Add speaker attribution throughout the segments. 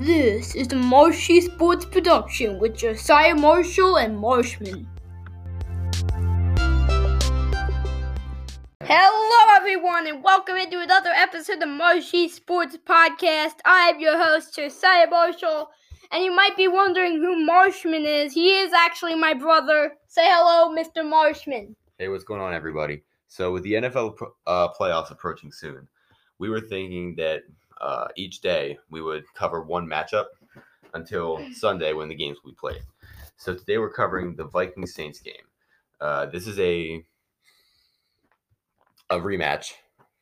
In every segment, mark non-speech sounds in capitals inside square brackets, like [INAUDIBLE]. Speaker 1: This is the Marshy Sports Production with Josiah Marshall and Marshman. Hello, everyone, and welcome into another episode of Marshy Sports Podcast. I am your host, Josiah Marshall, and you might be wondering who Marshman is. He is actually my brother. Say hello, Mr. Marshman.
Speaker 2: Hey, what's going on, everybody? So, with the NFL pro- uh, playoffs approaching soon, we were thinking that uh, each day we would cover one matchup until
Speaker 1: [LAUGHS]
Speaker 2: Sunday when the games we played. So today we're covering the Vikings Saints game. Uh, this is a a rematch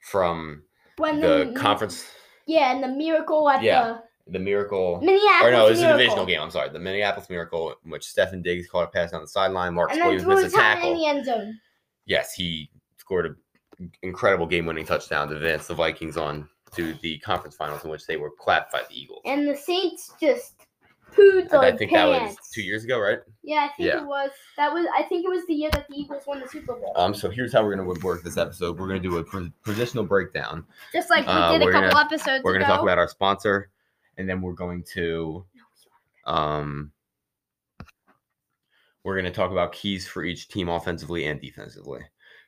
Speaker 2: from
Speaker 1: When
Speaker 2: the conference,
Speaker 1: Yeah, and the miracle at
Speaker 2: Yeah. the Miracle.
Speaker 1: the Minneapolis.
Speaker 2: Or no, it was a
Speaker 1: miracle.
Speaker 2: divisional game. I'm sorry, the Minneapolis Miracle, in which Stephen Diggs caught a pass on the sideline. Mark
Speaker 1: And then
Speaker 2: Williams
Speaker 1: threw
Speaker 2: missed a
Speaker 1: his hat
Speaker 2: tackle.
Speaker 1: in the end zone.
Speaker 2: yes, he scored an incredible game-winning touchdown to advance the Vikings on to the conference finals, in which they were clapped by the Eagles.
Speaker 1: and the Saints just pooed
Speaker 2: And
Speaker 1: their
Speaker 2: I think that was
Speaker 1: pants.
Speaker 2: two years ago, right?
Speaker 1: Yeah, I think
Speaker 2: Yeah.
Speaker 1: it was. That was. I think it was the year that the Eagles won the Super Bowl.
Speaker 2: Um, so here's how we're gonna work this episode. We're gonna do a pos- positional breakdown.
Speaker 1: Just like we
Speaker 2: uh,
Speaker 1: did a
Speaker 2: we're
Speaker 1: couple
Speaker 2: gonna-
Speaker 1: episodes
Speaker 2: We're gonna
Speaker 1: ago.
Speaker 2: talk about our sponsor, and then we're going to, um, we're gonna talk about keys for each team offensively and defensively.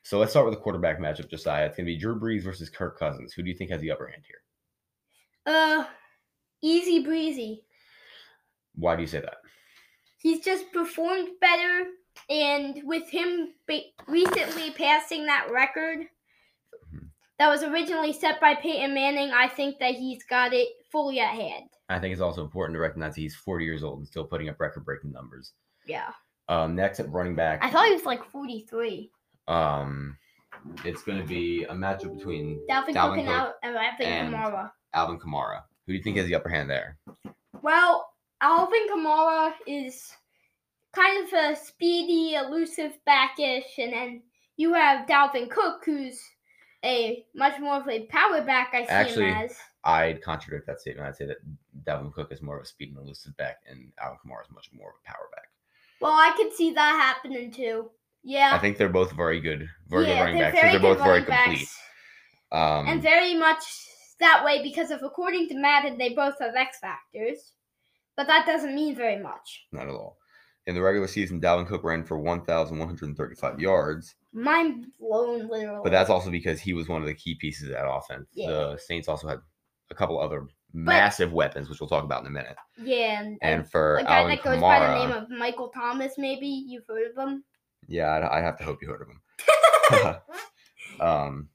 Speaker 2: So let's start with the quarterback matchup, Josiah. It's gonna be Drew Brees versus Kirk Cousins. Who do you think has the upper hand here?
Speaker 1: uh, easy breezy.
Speaker 2: Why do you say that?
Speaker 1: He's just performed better, and with him ba- recently passing that record
Speaker 2: Mhm.
Speaker 1: that was originally set by Peyton Manning, I think that he's got it fully at hand.
Speaker 2: I think it's also important to recognize he's 40 years old and still putting up record-breaking numbers.
Speaker 1: Yeah,
Speaker 2: Um, next at running back,
Speaker 1: I thought he was like forty-three.
Speaker 2: um, it's gonna be a matchup between
Speaker 1: Dalvin,
Speaker 2: Dalvin
Speaker 1: Cook and
Speaker 2: Cook
Speaker 1: Al- and Alvin
Speaker 2: and-
Speaker 1: Kamara.
Speaker 2: Alvin Kamara. Who do you think has the upper hand there?
Speaker 1: Well, Alvin Kamara is kind of a speedy, elusive backish, and then you have Dalvin Cook, who's a much more of a power back. I see
Speaker 2: Actually-
Speaker 1: him as.
Speaker 2: I'd contradict that statement. I'd say that Dalvin Cook is more of a speed and elusive back, and Alvin Kamara is much more of a power back.
Speaker 1: Well, I could see that happening too. Yeah.
Speaker 2: I think they're both very good, very
Speaker 1: yeah,
Speaker 2: good running backs.
Speaker 1: very
Speaker 2: 'cause They're both
Speaker 1: good
Speaker 2: very
Speaker 1: running backs,
Speaker 2: complete. Um,
Speaker 1: and very much that way because of according to Madden, they both have X factors, but that doesn't mean very much.
Speaker 2: not at all. In the regular season, Dalvin Cook ran for 1,135 yards,
Speaker 1: Mind blown, literally.
Speaker 2: but that's also because he was one of the key pieces of that offense.
Speaker 1: Yeah.
Speaker 2: The Saints also had a couple other massive weapons, which we'll talk about in a minute.
Speaker 1: yeah, and,
Speaker 2: And for
Speaker 1: a guy
Speaker 2: Alvin
Speaker 1: that goes
Speaker 2: Kamara,
Speaker 1: by the name of Michael Thomas, maybe you've heard of him.
Speaker 2: yeah, I'd, I'd have to hope you
Speaker 1: [LAUGHS]
Speaker 2: heard of him. [LAUGHS] um,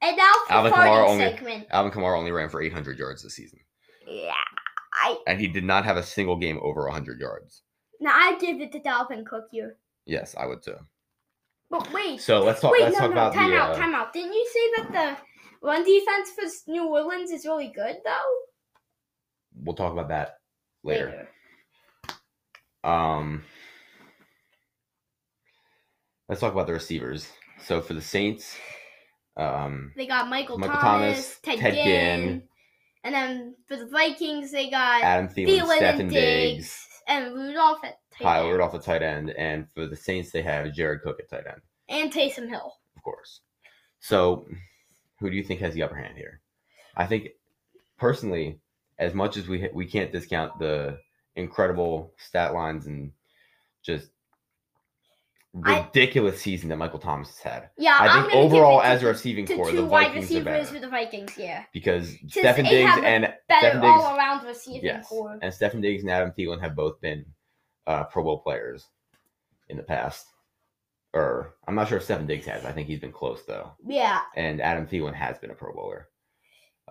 Speaker 1: And now for
Speaker 2: Alvin
Speaker 1: party
Speaker 2: Kamara only-
Speaker 1: segment.
Speaker 2: Alvin Kamara only ran for 800 yards this season.
Speaker 1: Yeah, I
Speaker 2: and he did not have a single game over 100 yards.
Speaker 1: now I give it to Dalvin Cook here.
Speaker 2: Yes, I would too.
Speaker 1: But wait,
Speaker 2: So let's talk.
Speaker 1: wait,
Speaker 2: let's
Speaker 1: no,
Speaker 2: talk
Speaker 1: no,
Speaker 2: about
Speaker 1: time
Speaker 2: the.
Speaker 1: out,
Speaker 2: uh,
Speaker 1: time out. Didn't you say that the run defense for s- New Orleans is really good though?
Speaker 2: We'll talk about that later. Um, let's talk about the receivers. So for the Saints, um,
Speaker 1: They got Michael,
Speaker 2: Michael
Speaker 1: Thomas,
Speaker 2: Thomas,
Speaker 1: Ted,
Speaker 2: Ted
Speaker 1: Ginn,
Speaker 2: Ginn.
Speaker 1: and then for the Vikings they got
Speaker 2: Adam Thielen,
Speaker 1: Thielen
Speaker 2: Stephen
Speaker 1: and Diggs
Speaker 2: Diggs,
Speaker 1: and Rudolph at tight
Speaker 2: Kyle
Speaker 1: end,
Speaker 2: Rudolph at tight end, and for the Saints they have Jared Cook at tight end,
Speaker 1: and Taysom Hill.
Speaker 2: of course. So, who do you think has the upper hand here? I think, personally, as much as we we can't discount the incredible stat lines and just
Speaker 1: I-
Speaker 2: ridiculous season that Michael Thomas has had,
Speaker 1: Yeah, I'm
Speaker 2: I think
Speaker 1: gonna give
Speaker 2: overall
Speaker 1: it to
Speaker 2: as a
Speaker 1: the-
Speaker 2: receiving
Speaker 1: to
Speaker 2: core,
Speaker 1: two
Speaker 2: the
Speaker 1: wide
Speaker 2: Vikings are
Speaker 1: receivers for
Speaker 2: better
Speaker 1: the Vikings, yeah.
Speaker 2: because
Speaker 1: Since
Speaker 2: Stephen
Speaker 1: they
Speaker 2: Diggs
Speaker 1: have a
Speaker 2: and
Speaker 1: Better
Speaker 2: Stephen Diggs-
Speaker 1: all around receiving
Speaker 2: yes,
Speaker 1: core.
Speaker 2: and Stephen Diggs and Adam Thielen have both been uh, Pro Bowl players in the past. Or I'm not sure if Stephen Diggs has. I think he's been close though.
Speaker 1: Yeah.
Speaker 2: and Adam Thielen has been a Pro Bowler.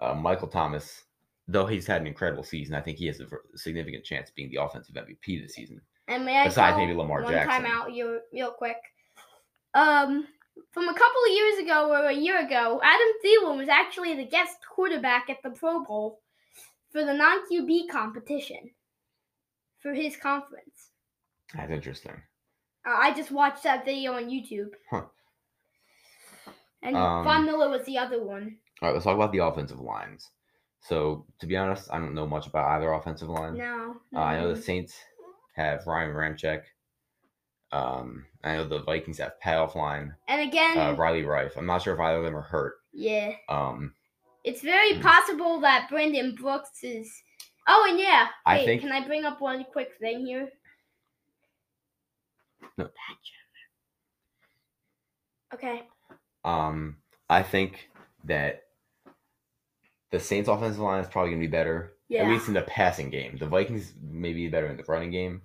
Speaker 2: Uh, Michael Thomas, though he's had an incredible season, I think he has a ver- significant chance of being the offensive MVP this season.
Speaker 1: And may I
Speaker 2: Besides
Speaker 1: call
Speaker 2: maybe Lamar
Speaker 1: one
Speaker 2: Jackson.
Speaker 1: timeout here real quick? Um from a couple of years ago or a year ago, Adam Thielen was actually the guest quarterback at the Pro Bowl for the non QB competition for his conference.
Speaker 2: That's interesting.
Speaker 1: Uh, I just watched that video on YouTube.
Speaker 2: Huh.
Speaker 1: And
Speaker 2: Um,
Speaker 1: Von Miller was the other one.
Speaker 2: All right, let's talk about the offensive lines. So, to be honest, I don't know much about either offensive line.
Speaker 1: No.
Speaker 2: Uh, I know
Speaker 1: no.
Speaker 2: the Saints have Ryan Ramchek. Um, I know the Vikings have Pat Offline,
Speaker 1: and again,
Speaker 2: uh, Riley Rife. I'm not sure if either of them are hurt.
Speaker 1: yeah.
Speaker 2: Um,
Speaker 1: It's very
Speaker 2: Mm.
Speaker 1: possible that Brandon Brooks is Oh, and yeah.
Speaker 2: I
Speaker 1: Wait,
Speaker 2: think-
Speaker 1: Can I bring up one quick thing here?
Speaker 2: No.
Speaker 1: Bad joke. Okay.
Speaker 2: Um, I think that the Saints' offensive line is probably going to be better,
Speaker 1: Yeah.
Speaker 2: at least in the passing game. The Vikings may be better in the running game,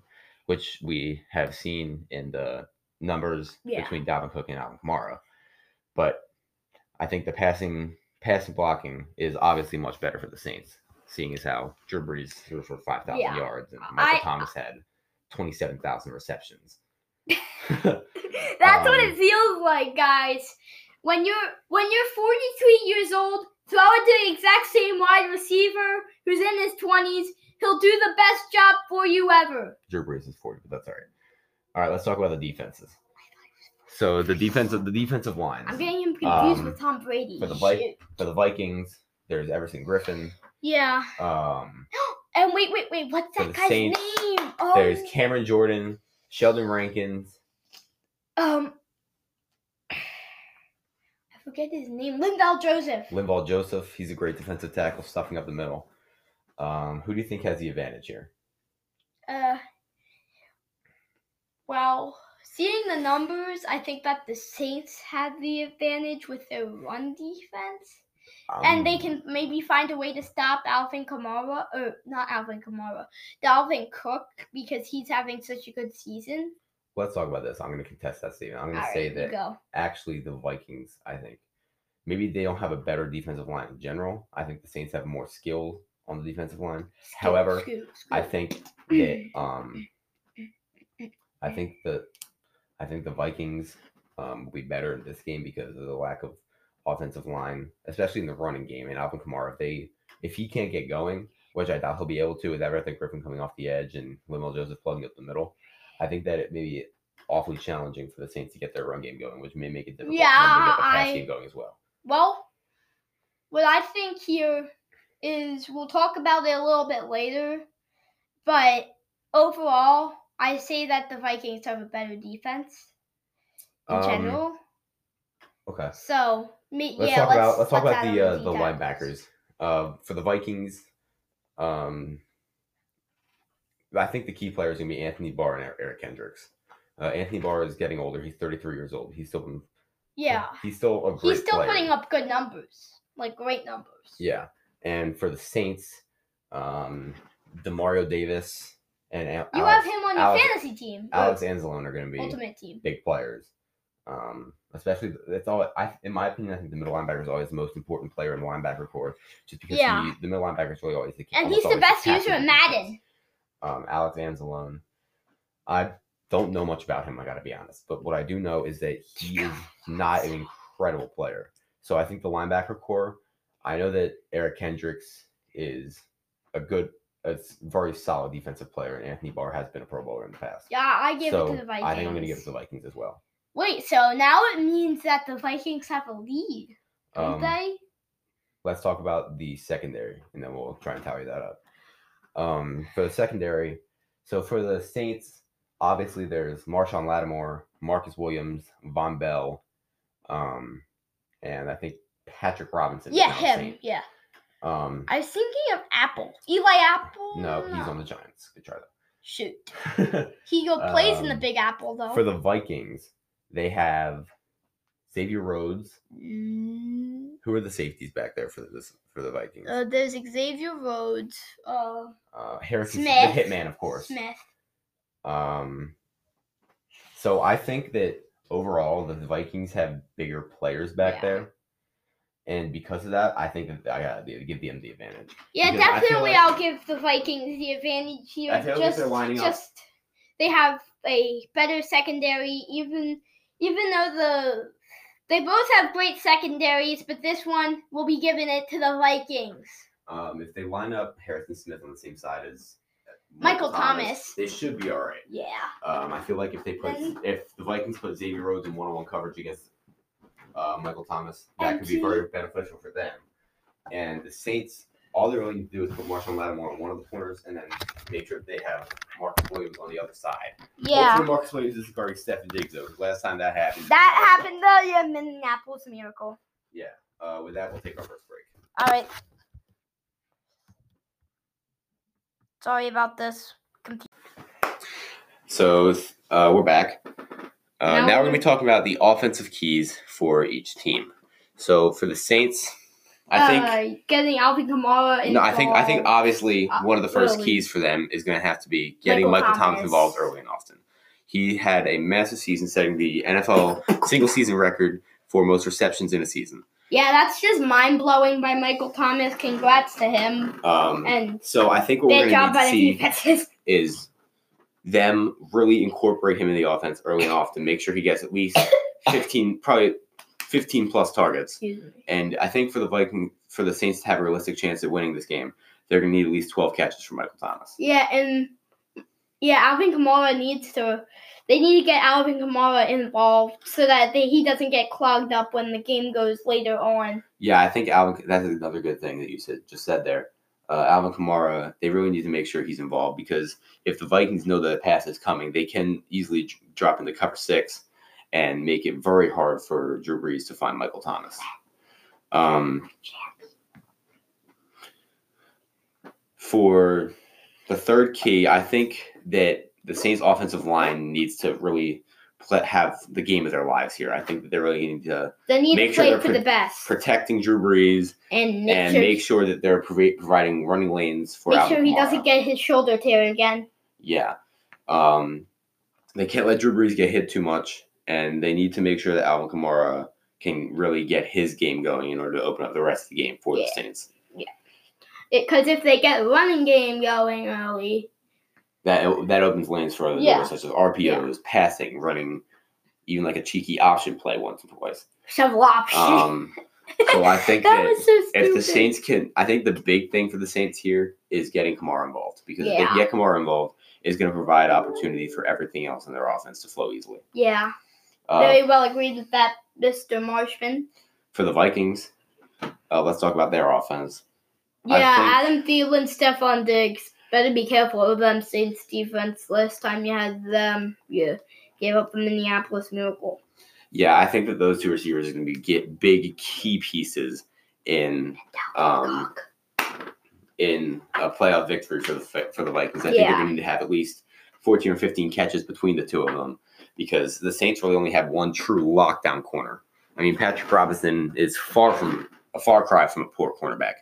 Speaker 2: which we have seen in the numbers
Speaker 1: Yeah.
Speaker 2: between Dalvin Cook and Alvin Kamara. But I think the passing passing blocking is obviously much better for the Saints, seeing as how Drew Brees threw for five thousand
Speaker 1: Yeah.
Speaker 2: yards and Michael
Speaker 1: I-
Speaker 2: Thomas had twenty seven thousand
Speaker 1: [LAUGHS]
Speaker 2: receptions.
Speaker 1: [LAUGHS] That's
Speaker 2: [LAUGHS]
Speaker 1: what
Speaker 2: Um,
Speaker 1: it feels like, guys. When you're when you're 43 years old, throw it to the exact same wide receiver who's in his 20s. He'll do the best job for you ever.
Speaker 2: Drew Brees is 40, but that's all right. All right, let's talk about the defenses. So the defensive the defensive lines
Speaker 1: I'm getting him confused
Speaker 2: Um,
Speaker 1: with Tom Brady.
Speaker 2: for the Vi-
Speaker 1: Shit.
Speaker 2: for the Vikings, there's Everson Griffin.
Speaker 1: Yeah.
Speaker 2: Um,
Speaker 1: [GASPS] And wait, wait, wait. What's
Speaker 2: For
Speaker 1: that
Speaker 2: the
Speaker 1: guy's
Speaker 2: Saints,
Speaker 1: name? Oh,
Speaker 2: there's Cameron Jordan, Sheldon Rankins,
Speaker 1: um, [SIGHS] I forget his name. Linval Joseph.
Speaker 2: Linval Joseph. He's a great defensive tackle, stuffing up the middle. Um, who do you think has the advantage here?
Speaker 1: Uh, well, seeing the numbers, I think that the Saints had the advantage with their run defense, and they
Speaker 2: Um,
Speaker 1: can maybe find a way to stop Alvin Kamara or not Alvin Kamara, Dalvin Cook because he's having such a good season.
Speaker 2: Let's talk about this. I'm going to contest that statement. I'm going to
Speaker 1: All
Speaker 2: say
Speaker 1: right, you
Speaker 2: that
Speaker 1: go.
Speaker 2: actually the Vikings, I think, maybe they don't have a better defensive line in general. I think the Saints have more skill on the defensive line. however,
Speaker 1: Scoop, scoop,
Speaker 2: I
Speaker 1: scoop.
Speaker 2: think that um I think the I think the Vikings um will be better in this game because of the lack of offensive line, especially in the running game. And Alvin Kamara, if they if he can't get going, which I doubt he'll be able to, with everything Griffin coming off the edge and Limo Joseph plugging up the middle, I think that it may be awfully challenging for the Saints to get their run game going, which may make it difficult for them to get the
Speaker 1: Yeah,
Speaker 2: pass
Speaker 1: I-
Speaker 2: game going as well.
Speaker 1: Well, what I think here is we'll talk about it a little bit later, but overall, I say that the Vikings have a better defense in
Speaker 2: Um,
Speaker 1: general.
Speaker 2: Okay.
Speaker 1: So, me,
Speaker 2: let's
Speaker 1: yeah,
Speaker 2: talk
Speaker 1: let's,
Speaker 2: about let's talk about
Speaker 1: add
Speaker 2: the
Speaker 1: on
Speaker 2: uh, the
Speaker 1: D-tackles.
Speaker 2: linebackers uh, for the Vikings. Um, I think the key player is gonna be Anthony Barr and Er-, Eric- Eric Kendricks. Uh, Anthony Barr is getting older. He's 33 years old. He's still been-
Speaker 1: Yeah,
Speaker 2: He's still a great
Speaker 1: he's still
Speaker 2: player.
Speaker 1: putting up good numbers, like great numbers.
Speaker 2: Yeah, and for the Saints, um, Demario Davis and Al-
Speaker 1: you
Speaker 2: Alex,
Speaker 1: have him on your
Speaker 2: Alex-
Speaker 1: fantasy team, or
Speaker 2: Alex Anzalone are gonna be
Speaker 1: ultimate team.
Speaker 2: big players. Um, especially that's all I in my opinion, I think the middle linebacker is always the most important player in the linebacker core just because
Speaker 1: Yeah.
Speaker 2: he, the middle linebacker is really always the
Speaker 1: And
Speaker 2: almost
Speaker 1: he's the
Speaker 2: always
Speaker 1: best
Speaker 2: captain
Speaker 1: user
Speaker 2: of
Speaker 1: in
Speaker 2: the defense.
Speaker 1: Madden.
Speaker 2: Um Alex Anzalone. I don't know much about him, I gotta be honest. But what I do know is that he is not an incredible player. So I think the linebacker core, I know that Eric Kendricks is a good a s- very solid defensive player, and Anthony Barr has been a pro bowler in the past.
Speaker 1: Yeah, I give
Speaker 2: so
Speaker 1: it to the Vikings.
Speaker 2: I think I'm gonna give it to the Vikings as well.
Speaker 1: Wait, so now it means that the Vikings have a lead, don't
Speaker 2: Um,
Speaker 1: they?
Speaker 2: let's talk about the secondary and then we'll try and tally that up. Um, for the secondary, so for the Saints, obviously there's Marshawn Lattimore, Marcus Williams, Von Bell, um, and I think Patrick Robinson. is
Speaker 1: Yeah,
Speaker 2: now a
Speaker 1: him.
Speaker 2: Saint.
Speaker 1: Yeah.
Speaker 2: Um,
Speaker 1: I was thinking of Apple. Eli Apple.
Speaker 2: no, he's on the Giants. Good try
Speaker 1: Shoot.
Speaker 2: though. [LAUGHS]
Speaker 1: He go plays in the
Speaker 2: Um,
Speaker 1: Big Apple though.
Speaker 2: for the Vikings, they have Xavier Rhodes.
Speaker 1: Mm,
Speaker 2: Who are the safeties back there for this for the Vikings?
Speaker 1: uh, there's Xavier Rhodes. Uh,
Speaker 2: Uh, Harrison,
Speaker 1: Smith.
Speaker 2: the hitman, of course.
Speaker 1: Smith.
Speaker 2: Um, so I think that overall the Vikings have bigger players back
Speaker 1: Yeah.
Speaker 2: there, and because of that, I think that I gotta be- give them the advantage.
Speaker 1: Yeah,
Speaker 2: Because I feel
Speaker 1: definitely.
Speaker 2: like-
Speaker 1: I'll give the Vikings the advantage here.
Speaker 2: I feel like
Speaker 1: just,
Speaker 2: they're lining up-
Speaker 1: just they have a better secondary. Even even though the they both have great secondaries, but this one will be giving it to the Vikings.
Speaker 2: Um, if they line up Harrison Smith on the same side as
Speaker 1: Michael Thomas.
Speaker 2: they should be all right.
Speaker 1: Yeah.
Speaker 2: Um, I feel like if they put
Speaker 1: And-
Speaker 2: if the Vikings put Xavier Rhodes in one on one coverage against uh, Michael Thomas, that
Speaker 1: And
Speaker 2: could be
Speaker 1: he-
Speaker 2: very beneficial for them. And the Saints, all they really need to do is put Marshawn Lattimore on one of the corners, and then make sure they have Marcus Williams on the other side.
Speaker 1: Yeah.
Speaker 2: Hopefully Marcus Williams is guarding Stephen Diggs though. 'cause Last time that happened.
Speaker 1: That happened though. Yeah, Minneapolis miracle.
Speaker 2: Uh, with that, we'll take our first break.
Speaker 1: All right. Sorry about this. Confu-
Speaker 2: So uh, we're back. Uh,
Speaker 1: Now
Speaker 2: now we're going
Speaker 1: we're-
Speaker 2: to be talking about the offensive keys for each team. So for the Saints, I think
Speaker 1: uh, getting Alvin Kamara.
Speaker 2: no, I think I think
Speaker 1: involved.
Speaker 2: obviously
Speaker 1: uh,
Speaker 2: one of the first
Speaker 1: early.
Speaker 2: keys for them is going to have to be getting
Speaker 1: Michael
Speaker 2: Michael, Thomas.
Speaker 1: Thomas.
Speaker 2: involved early and often. He had a massive season, setting the
Speaker 1: [LAUGHS]
Speaker 2: NFL single season record for most receptions in a season.
Speaker 1: yeah, that's just mind blowing by Michael Thomas. Congrats to him.
Speaker 2: Um,
Speaker 1: And
Speaker 2: so I think what
Speaker 1: big
Speaker 2: we're going
Speaker 1: job
Speaker 2: to
Speaker 1: by the
Speaker 2: need to see
Speaker 1: defenses.
Speaker 2: is them really incorporate him in the offense early and often. Make sure he gets
Speaker 1: [LAUGHS]
Speaker 2: at least fifteen, probably fifteen plus
Speaker 1: [LAUGHS]
Speaker 2: targets.
Speaker 1: Excuse me.
Speaker 2: And I think for the Viking for the Saints to have a realistic chance at winning this game, they're gonna need at least twelve catches from Michael Thomas.
Speaker 1: Yeah, and yeah, Alvin Kamara needs to. They need to get Alvin Kamara involved so that they, he doesn't get clogged up when the game goes later on.
Speaker 2: Yeah, I think Alvin. That's another good thing that you said just said there. Uh, Alvin Kamara, they really need to make sure he's involved because if the Vikings know that a pass is coming, they can easily dr- drop into cover six and make it very hard for Drew Brees to find Michael Thomas. Um, for the third key, I think that the Saints' offensive line needs to really pl- have the game of their lives here. I think that they really need to
Speaker 1: They need
Speaker 2: Make
Speaker 1: to
Speaker 2: sure
Speaker 1: play
Speaker 2: they're
Speaker 1: for
Speaker 2: pre-
Speaker 1: the best
Speaker 2: protecting Drew Brees
Speaker 1: and make
Speaker 2: and
Speaker 1: sure,
Speaker 2: make sure that they're provi- providing running lanes for
Speaker 1: make
Speaker 2: Alvin
Speaker 1: sure he
Speaker 2: Kamara.
Speaker 1: doesn't get his shoulder tear again.
Speaker 2: Yeah. Um, they can't let Drew Brees get hit too much, and they need to make sure that Alvin Kamara can really get his game going in order to open up the rest of the game for the
Speaker 1: Yeah.
Speaker 2: Saints.
Speaker 1: Because if they get a running game going early,
Speaker 2: That that opens lanes for other
Speaker 1: Yeah.
Speaker 2: doors such as RPOs, passing, running, even like a cheeky option play once or
Speaker 1: [LAUGHS]
Speaker 2: twice.
Speaker 1: shovel option.
Speaker 2: Um, so I
Speaker 1: [LAUGHS]
Speaker 2: think
Speaker 1: that
Speaker 2: that,
Speaker 1: was so stupid.
Speaker 2: if the Saints can, I think the big thing for the Saints here is getting Kamara involved because if they can
Speaker 1: Yeah.
Speaker 2: get Kamara involved, is going to provide opportunity for everything else in their offense to flow easily.
Speaker 1: yeah,
Speaker 2: Uh,
Speaker 1: very well agreed with that, Mister Marshman.
Speaker 2: for the Vikings. Uh, let's talk about their offense. I
Speaker 1: Yeah, Adam Thielen, Stephon Diggs. Better be careful of them Saints defense. Last time you had them, you gave up the Minneapolis Miracle.
Speaker 2: Yeah, I think that those two receivers are going to be get big key pieces in um,
Speaker 1: Cock.
Speaker 2: in a playoff victory for the Fi- for the Vikings. I think they're
Speaker 1: Yeah.
Speaker 2: going to need to have at least fourteen or fifteen catches between the two of them because the Saints really only have one true lockdown corner. I mean, Patrick Robinson is far from a far cry from a poor cornerback,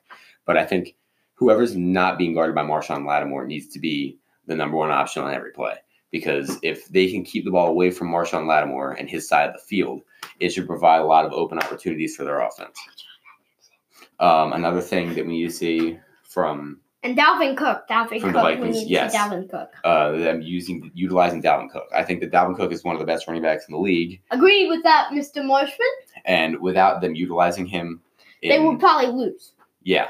Speaker 2: but I think whoever's not being guarded by Marshawn Lattimore needs to be the number one option on every play because if they can keep the ball away from Marshawn Lattimore and his side of the field, it should provide a lot of open opportunities for their offense. Um, another thing that we need to see from
Speaker 1: And Dalvin Cook. Dalvin
Speaker 2: From the
Speaker 1: Cook. we
Speaker 2: Vikings,
Speaker 1: need to see
Speaker 2: yes.
Speaker 1: Dalvin Cook.
Speaker 2: uh, them using utilizing Dalvin Cook, I think that Dalvin Cook is one of the best running backs in the league,
Speaker 1: Agree with that, Mr. Marshman.
Speaker 2: and without them utilizing him,
Speaker 1: They
Speaker 2: in-
Speaker 1: will probably lose.
Speaker 2: yeah,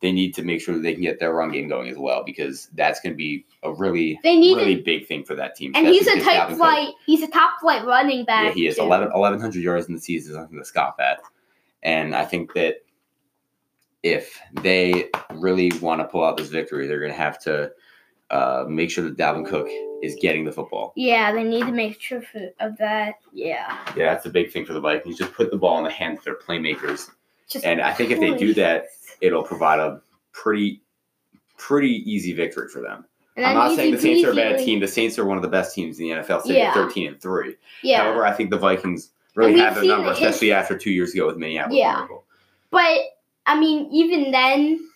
Speaker 2: they need to make sure that they can get their run game going as well because that's going to be a really
Speaker 1: They need
Speaker 2: really
Speaker 1: it.
Speaker 2: big thing for that team.
Speaker 1: And
Speaker 2: especially
Speaker 1: he's a
Speaker 2: because Dalvin
Speaker 1: type
Speaker 2: Cook-
Speaker 1: flight. He's a top flight running back.
Speaker 2: Yeah, he is
Speaker 1: too.
Speaker 2: 11, 1,100 yards in the season, is something to scoff at. And I think that if they really want to pull out this victory, they're going to have to uh, make sure that Dalvin Cook is getting the football.
Speaker 1: Yeah, they need to make sure for, of that. Yeah.
Speaker 2: Yeah, that's the big thing for the Vikings. Just put the ball in the hands of their playmakers.
Speaker 1: Just
Speaker 2: And I think if they do that, it'll provide a pretty, pretty easy victory for them.
Speaker 1: And
Speaker 2: I'm
Speaker 1: then
Speaker 2: not saying the
Speaker 1: easy
Speaker 2: Saints are a bad
Speaker 1: peasy.
Speaker 2: team. The Saints are one of the best teams in the NFL. So
Speaker 1: Yeah.
Speaker 2: they're 13 and three.
Speaker 1: Yeah.
Speaker 2: However, I think the Vikings really
Speaker 1: we've
Speaker 2: have their
Speaker 1: seen
Speaker 2: number,
Speaker 1: the hit-
Speaker 2: especially after two years ago with Minneapolis.
Speaker 1: Yeah.
Speaker 2: Miracle.
Speaker 1: But I mean, even then,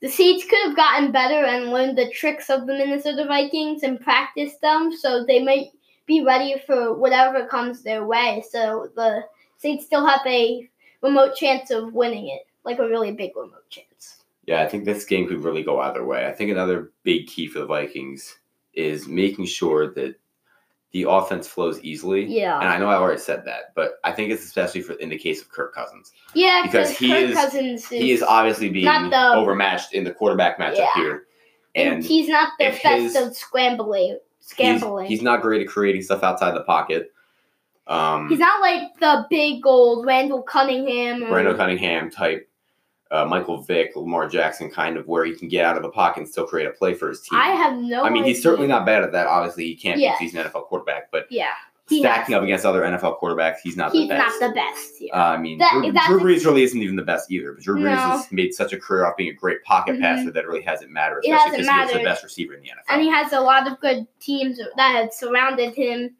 Speaker 1: the Saints could have gotten better and learned the tricks of the Minnesota Vikings and practiced them, so they might be ready for whatever comes their way. So the Saints still have a remote chance of winning it, like a really big remote chance.
Speaker 2: Yeah, I think this game could really go either way. I think another big key for the Vikings is making sure that the offense flows easily. And uh,
Speaker 1: Yeah,
Speaker 2: I know I already said that, but I think it's especially for in the case of Kirk Cousins.
Speaker 1: yeah,
Speaker 2: Because
Speaker 1: because
Speaker 2: he
Speaker 1: Kirk
Speaker 2: is-
Speaker 1: Cousins is,
Speaker 2: He is obviously being
Speaker 1: Not the-
Speaker 2: overmatched in the quarterback matchup
Speaker 1: Yeah.
Speaker 2: here.
Speaker 1: and
Speaker 2: And
Speaker 1: he's not the
Speaker 2: if
Speaker 1: best
Speaker 2: his-
Speaker 1: of scrambling.
Speaker 2: he's,
Speaker 1: Scrambling.
Speaker 2: he's not great at creating stuff outside the pocket. Um
Speaker 1: He's not like the big old Randall Cunningham. Or,
Speaker 2: Randall Cunningham type, uh, Michael Vick, Lamar Jackson, kind of where he can get out of the pocket and still create a play for his team.
Speaker 1: I have no.
Speaker 2: I mean, he's
Speaker 1: idea.
Speaker 2: certainly not bad at that. Obviously, he can't
Speaker 1: Yeah.
Speaker 2: because he's an NFL quarterback, but
Speaker 1: Yeah. He
Speaker 2: stacking up against other NFL quarterbacks, he's not
Speaker 1: He's
Speaker 2: the best.
Speaker 1: not the best. Yeah.
Speaker 2: Uh, I mean,
Speaker 1: That-
Speaker 2: Drew,
Speaker 1: that's
Speaker 2: Drew
Speaker 1: the-
Speaker 2: Brees really isn't even the best either. But Drew
Speaker 1: No.
Speaker 2: Brees has made such a career off being a great pocket
Speaker 1: Mhm.
Speaker 2: passer that it really hasn't mattered,
Speaker 1: It
Speaker 2: especially
Speaker 1: hasn't
Speaker 2: because he's the
Speaker 1: mattered.
Speaker 2: best receiver in the NFL.
Speaker 1: and he has a lot of good teams that had surrounded him.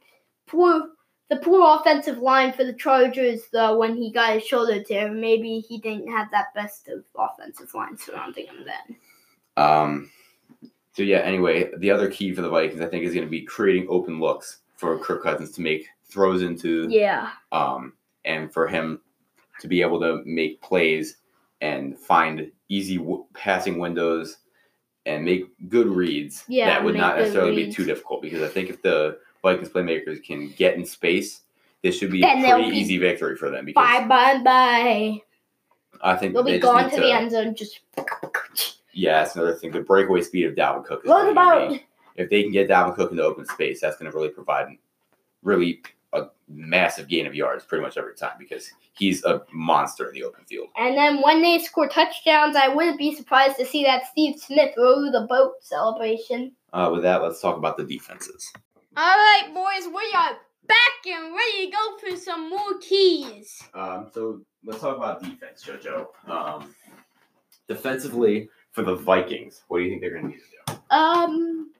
Speaker 1: Poor the poor offensive line for the Chargers though when he got his shoulder tear, maybe he didn't have that best of offensive line surrounding him then.
Speaker 2: um, so yeah. Anyway, the other key for the Vikings, I think, is going to be creating open looks for Kirk Cousins to make throws into,
Speaker 1: Yeah.
Speaker 2: um, and for him to be able to make plays and find easy w- passing windows and make good reads
Speaker 1: Yeah,
Speaker 2: that would
Speaker 1: make
Speaker 2: not
Speaker 1: good
Speaker 2: necessarily be
Speaker 1: reads.
Speaker 2: too difficult because I think if the Vikings playmakers can get in space, this should be
Speaker 1: Then
Speaker 2: a
Speaker 1: they'll
Speaker 2: pretty
Speaker 1: be-
Speaker 2: easy victory for them because
Speaker 1: Bye bye bye.
Speaker 2: I think
Speaker 1: They'll
Speaker 2: they
Speaker 1: be
Speaker 2: just
Speaker 1: gone
Speaker 2: need
Speaker 1: to the end zone just
Speaker 2: Yeah, that's another thing. The breakaway speed of Dalvin Cook. Is
Speaker 1: What
Speaker 2: really gonna
Speaker 1: about
Speaker 2: be- if they can get Dalvin Cook into open space, that's going to really provide really a massive gain of yards pretty much every time because he's a monster in the open field.
Speaker 1: and then when they score touchdowns, I wouldn't be surprised to see that Steve Smith row the boat celebration.
Speaker 2: Uh, with that, let's talk about the defenses.
Speaker 1: All right, boys, we are back and ready to go for some more keys.
Speaker 2: Um, so let's talk about defense, JoJo. Um, defensively for the Vikings, what do you think they're going to need to do?
Speaker 1: Um,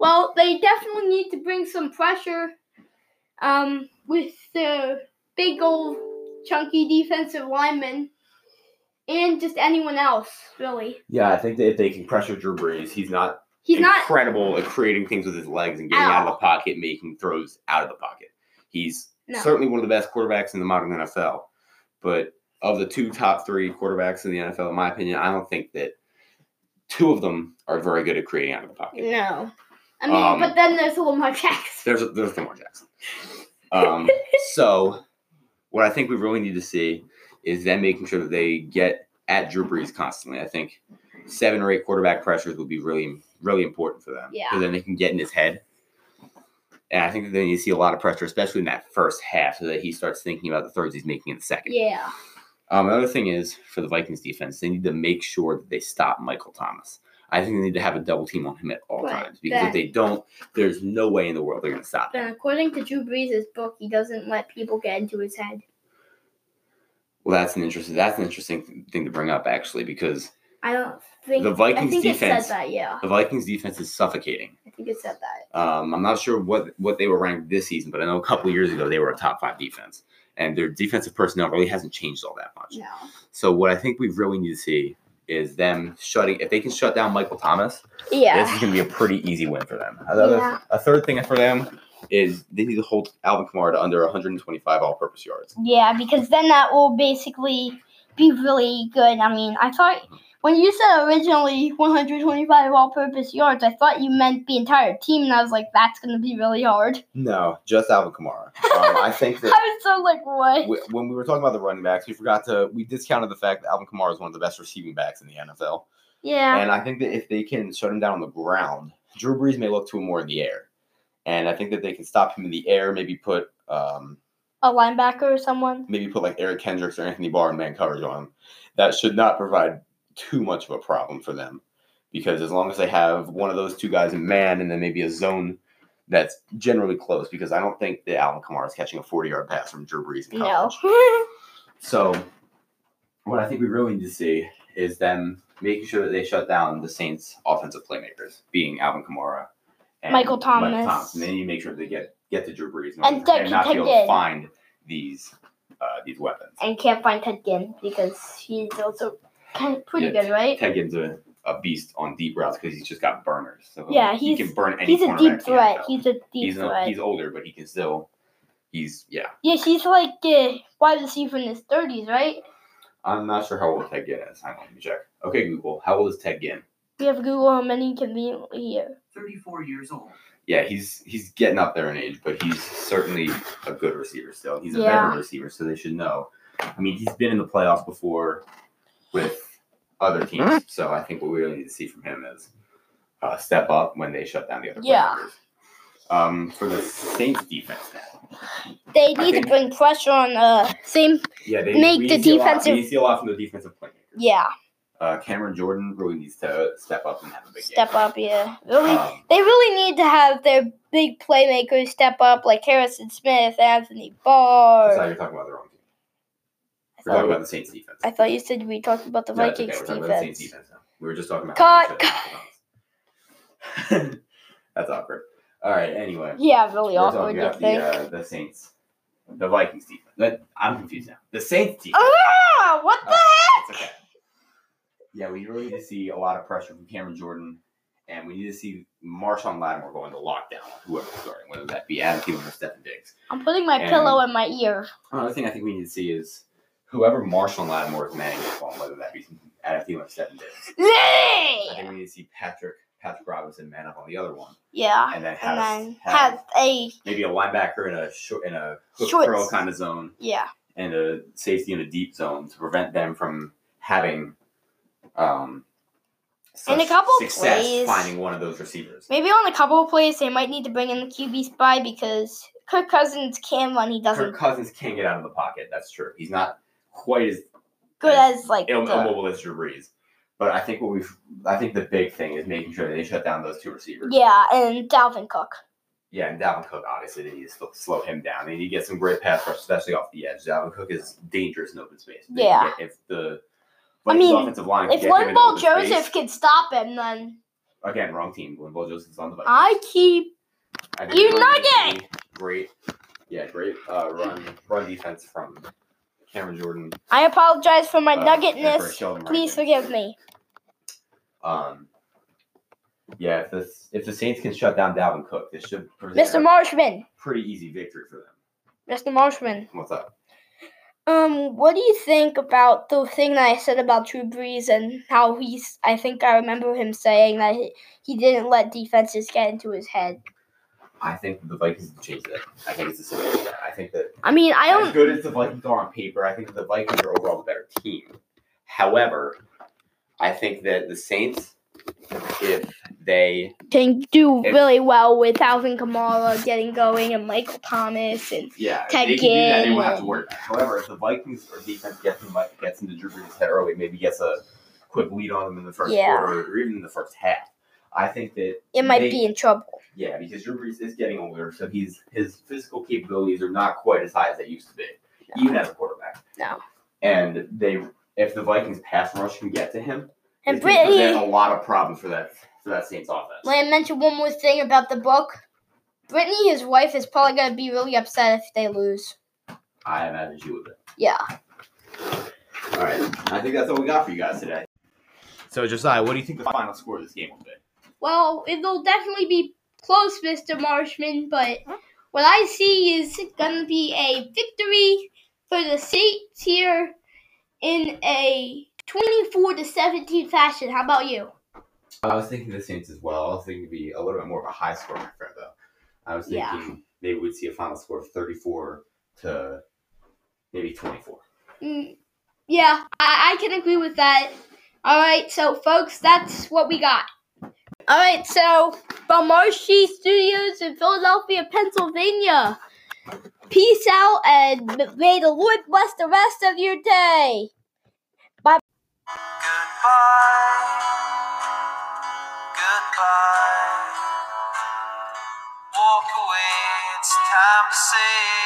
Speaker 1: well, they definitely need to bring some pressure. Um, with their big old chunky defensive linemen, and just anyone else really.
Speaker 2: Yeah, I think that if they can pressure Drew Brees, he's not
Speaker 1: He's not.
Speaker 2: incredible at creating things with his legs and getting out of
Speaker 1: Ow.
Speaker 2: the pocket, making throws out of the pocket. He's
Speaker 1: No.
Speaker 2: certainly one of the best quarterbacks in the modern NFL. But of the two top three quarterbacks in the NFL, in my opinion, I don't think that two of them are very good at creating out of the pocket.
Speaker 1: No. I mean,
Speaker 2: Um,
Speaker 1: but then there's Lamar Jackson.
Speaker 2: There's there's Lamar Jackson.
Speaker 1: [LAUGHS]
Speaker 2: Um, so what I think we really need to see is them making sure that they get at Drew Brees constantly. I think seven or eight quarterback pressures will be really really important for them.
Speaker 1: Yeah.
Speaker 2: Because then they can get in his head. And I think that they need to see a lot of pressure, especially in that first half, so that he starts thinking about the throws he's making in the second.
Speaker 1: Yeah.
Speaker 2: Um, another thing is for the Vikings defense, they need to make sure that they stop Michael Thomas. I think they need to have a double team on him at all
Speaker 1: Right.
Speaker 2: times because if
Speaker 1: That-
Speaker 2: they don't, there's no way in the world they're going to stop him.
Speaker 1: Then, according to Drew Brees' book, he doesn't let people get into his head.
Speaker 2: Well, that's an interesting that's an interesting thing to bring up actually because
Speaker 1: I don't think
Speaker 2: The Vikings
Speaker 1: I think it
Speaker 2: defense-
Speaker 1: said that. Yeah,
Speaker 2: the Vikings defense is suffocating.
Speaker 1: I think it said that.
Speaker 2: Um, I'm not sure what what they were ranked this season, but I know a couple of years ago they were a top five defense, and their defensive personnel really hasn't changed all that much.
Speaker 1: No.
Speaker 2: So what I think we really need to see is them shutting if they can shut down Michael Thomas. this
Speaker 1: Yeah.
Speaker 2: is going to be a pretty easy win for them. Another,
Speaker 1: Yeah.
Speaker 2: A third thing for them is they need to hold Alvin Kamara to under 125 all-purpose yards.
Speaker 1: Yeah, because then that will basically be really good. I mean, I thought when you said originally 125 all-purpose yards, I thought you meant the entire team, and I was like, that's gonna be really hard. [LAUGHS]
Speaker 2: No, just Alvin Kamara. Um, I think
Speaker 1: I
Speaker 2: that
Speaker 1: was so like, what?
Speaker 2: w- when we were talking about the running backs, we forgot to we discounted the fact that Alvin Kamara is one of the best receiving backs in the NFL,
Speaker 1: Yeah.
Speaker 2: and I think that if they can shut him down on the ground, Drew Brees may look to him more in the air, and I think that they can stop him in the air. Maybe put um,
Speaker 1: A linebacker or someone.
Speaker 2: maybe put like Eric Kendricks or Anthony Barr in man coverage on him. That should not provide too much of a problem for them because as long as they have one of those two guys in man and then maybe a zone that's generally close, because I don't think that Alvin Kamara is catching a 40 yard pass from Drew Brees. In
Speaker 1: No.
Speaker 2: coverage. So, what I think we really need to see is them making sure that they shut down the Saints' offensive playmakers, being Alvin Kamara and
Speaker 1: Michael Thomas.
Speaker 2: And then you make sure they get get to Drew Brees
Speaker 1: And Doug
Speaker 2: not be able to
Speaker 1: Higgins.
Speaker 2: find these uh, these weapons.
Speaker 1: [LAUGHS] and can't find Ted Ginn because he's also kind of pretty
Speaker 2: Yeah,
Speaker 1: good, right?
Speaker 2: Tegan's a, a beast on deep routes because he's just got burners. So he'll-
Speaker 1: Yeah,
Speaker 2: he
Speaker 1: he's-
Speaker 2: can burn any
Speaker 1: He's a
Speaker 2: cornerback in
Speaker 1: deep
Speaker 2: the
Speaker 1: threat.
Speaker 2: NFL.
Speaker 1: He's a deep
Speaker 2: he's,
Speaker 1: threat.
Speaker 2: a, he's older, but he can still. He's yeah.
Speaker 1: yeah, he's like uh, wide receiver in his 30s, right?
Speaker 2: I'm not sure how old Ted Ginn is. Hang on, let me check. Okay, Google. How old is Ted Ginn?
Speaker 1: We have Google Home and he conveniently here.
Speaker 3: 34 years old.
Speaker 2: yeah, he's he's getting up there in age, but he's certainly a good receiver still. He's a
Speaker 1: Yeah.
Speaker 2: veteran receiver, so they should know. I mean, he's been in the playoffs before with other
Speaker 1: Mm-hmm.
Speaker 2: teams, so I think what we really need to see from him is uh, step up when they shut down the other.
Speaker 1: Yeah.
Speaker 2: playmakers. Um, for the Saints defense now.
Speaker 1: They
Speaker 2: I
Speaker 1: need to
Speaker 2: think-
Speaker 1: bring pressure on uh, the same.
Speaker 2: Yeah, they
Speaker 1: Make
Speaker 2: we
Speaker 1: the
Speaker 2: see a lot-
Speaker 1: defensive-
Speaker 2: we see a lot from the defensive playmakers.
Speaker 1: Yeah,
Speaker 2: uh, Cameron Jordan really needs to step up and have a big game.
Speaker 1: Step up, yeah. Really,
Speaker 2: Um,
Speaker 1: they really need to have their big playmakers step up, like Harrison Smith, Anthony
Speaker 2: that's how
Speaker 1: Barr.
Speaker 2: you're talking about the wrong team.
Speaker 1: I
Speaker 2: We're talking about
Speaker 1: thought,
Speaker 2: the Saints defense.
Speaker 1: I thought you said we talked about the
Speaker 2: No, it's okay,
Speaker 1: Vikings
Speaker 2: we're talking about the
Speaker 1: defense.
Speaker 2: Saints defense now. We were just talking about
Speaker 1: Cut,
Speaker 2: cut. [LAUGHS] That's awkward. All right. Anyway,
Speaker 1: Yeah, really
Speaker 2: we're
Speaker 1: awkward.
Speaker 2: talking
Speaker 1: You
Speaker 2: about the
Speaker 1: think?
Speaker 2: uh, the Saints, the Vikings defense. That- I'm confused now. The Saints defense.
Speaker 1: ah, what the
Speaker 2: Uh,
Speaker 1: heck?
Speaker 2: It's okay. Yeah, we really need to see a lot of pressure from Cameron Jordan, and we need to see Marshawn Lattimore going to lockdown on whoever's starting, whether that be Adam Thielen or Stephen Diggs.
Speaker 1: I'm putting my
Speaker 2: and-
Speaker 1: pillow in my ear.
Speaker 2: Another thing I think we need to see is whoever Marshawn Lattimore is manning the ball, whether that be Adam Thielen or Stephen Diggs. I
Speaker 1: Yeah.
Speaker 2: think we need to see Patrick Patrick Robinson man up on the other one,
Speaker 1: Yeah.
Speaker 2: and then have,
Speaker 1: And then
Speaker 2: have
Speaker 1: have a
Speaker 2: maybe a linebacker in a short in a hook
Speaker 1: Shorts.
Speaker 2: curl kind of zone.
Speaker 1: yeah.
Speaker 2: and a safety in a deep zone to prevent them from having um
Speaker 1: In a
Speaker 2: such
Speaker 1: couple
Speaker 2: success
Speaker 1: plays-
Speaker 2: finding one of those receivers.
Speaker 1: Maybe on a couple of plays they might need to bring in the QB spy because Kirk Cousins can run. He doesn't
Speaker 2: Kirk Cousins can't get out of the pocket. That's true. He's not quite as
Speaker 1: good as like
Speaker 2: ill-
Speaker 1: the-
Speaker 2: immobile as Drew Brees. But I think what we've I think the big thing is making sure that they shut down those two receivers.
Speaker 1: yeah, and Dalvin Cook.
Speaker 2: Yeah, and Dalvin Cook obviously they need to sl- slow him down. They need to get some great pass rush, especially off the edge. Dalvin Cook is dangerous in open space. They can
Speaker 1: Yeah.
Speaker 2: get- if the
Speaker 1: I
Speaker 2: Vikings
Speaker 1: mean,
Speaker 2: offensive line can
Speaker 1: If
Speaker 2: get him
Speaker 1: one
Speaker 2: in
Speaker 1: ball
Speaker 2: open space-
Speaker 1: Joseph could stop him, then
Speaker 2: again, wrong team. Linval Joseph's on the Vikings.
Speaker 1: I keep
Speaker 2: I
Speaker 1: You
Speaker 2: we're gonna see
Speaker 1: nugget!
Speaker 2: Great, yeah, great uh, run run defense from Cameron Jordan.
Speaker 1: I apologize for my
Speaker 2: uh, and for
Speaker 1: nuggetness.
Speaker 2: Sheldon
Speaker 1: Please
Speaker 2: Rankins.
Speaker 1: forgive me.
Speaker 2: Um, yeah, if the if the Saints can shut down Dalvin Cook, this should present
Speaker 1: Mr.
Speaker 2: a
Speaker 1: Marshman.
Speaker 2: pretty easy victory for them.
Speaker 1: Mr. Marshman.
Speaker 2: What's up?
Speaker 1: Um, what do you think about the thing that I said about Drew Brees and how he's I think I remember him saying that he, he didn't let defenses get into his head.
Speaker 2: I think the Vikings can change that. I think it's the same. as that. I think that
Speaker 1: I mean, I
Speaker 2: as
Speaker 1: don't
Speaker 2: good as the Vikings are on paper, I think the Vikings are overall the better team. However, I think that the Saints, if they
Speaker 1: can do
Speaker 2: If-
Speaker 1: really well with Alvin Kamara getting going and Michael Thomas and
Speaker 2: Yeah, if
Speaker 1: Ted
Speaker 2: they can do that, they won't have to
Speaker 1: Ginn.
Speaker 2: worry. about it. However, if the Vikings or defense gets him, like, gets into Drew Brees' head early, maybe gets a quick lead on them in the first
Speaker 1: Yeah.
Speaker 2: quarter or even in the first half. I think that
Speaker 1: it might
Speaker 2: They-
Speaker 1: be in trouble.
Speaker 2: yeah, because Drew Brees is getting older, so he's his physical capabilities are not quite as high as they used to be, even as a quarterback.
Speaker 1: No.
Speaker 2: And they, if the Vikings pass rush can get to him,
Speaker 1: And
Speaker 2: it can present
Speaker 1: Brittany,
Speaker 2: a lot of problems for that for that Saints offense.
Speaker 1: may I mention one more thing about the book? Brittany, his wife, is probably gonna be really upset if they lose.
Speaker 2: I imagine she would.
Speaker 1: Yeah.
Speaker 2: All right. I think that's all we got for you guys today. So, Josiah, what do you think the final score of this game will be?
Speaker 1: Well, it'll definitely be close, Mr. Marshman, but what I see is going to be a victory for the Saints here in a 24 to 17 fashion. How about you?
Speaker 2: I was thinking the Saints as well. I was thinking it'd be a little bit more of a high score affair, though. I was thinking
Speaker 1: Yeah.
Speaker 2: maybe we'd see a final score of 34 to maybe 24.
Speaker 1: Mm, yeah, I, I can agree with that. All right, so folks, that's what we got. All right, so from Marshy Studios in Philadelphia, Pennsylvania. Peace out and may the Lord bless the rest of your day.
Speaker 3: Goodbye. Goodbye. Walk away, it's time to say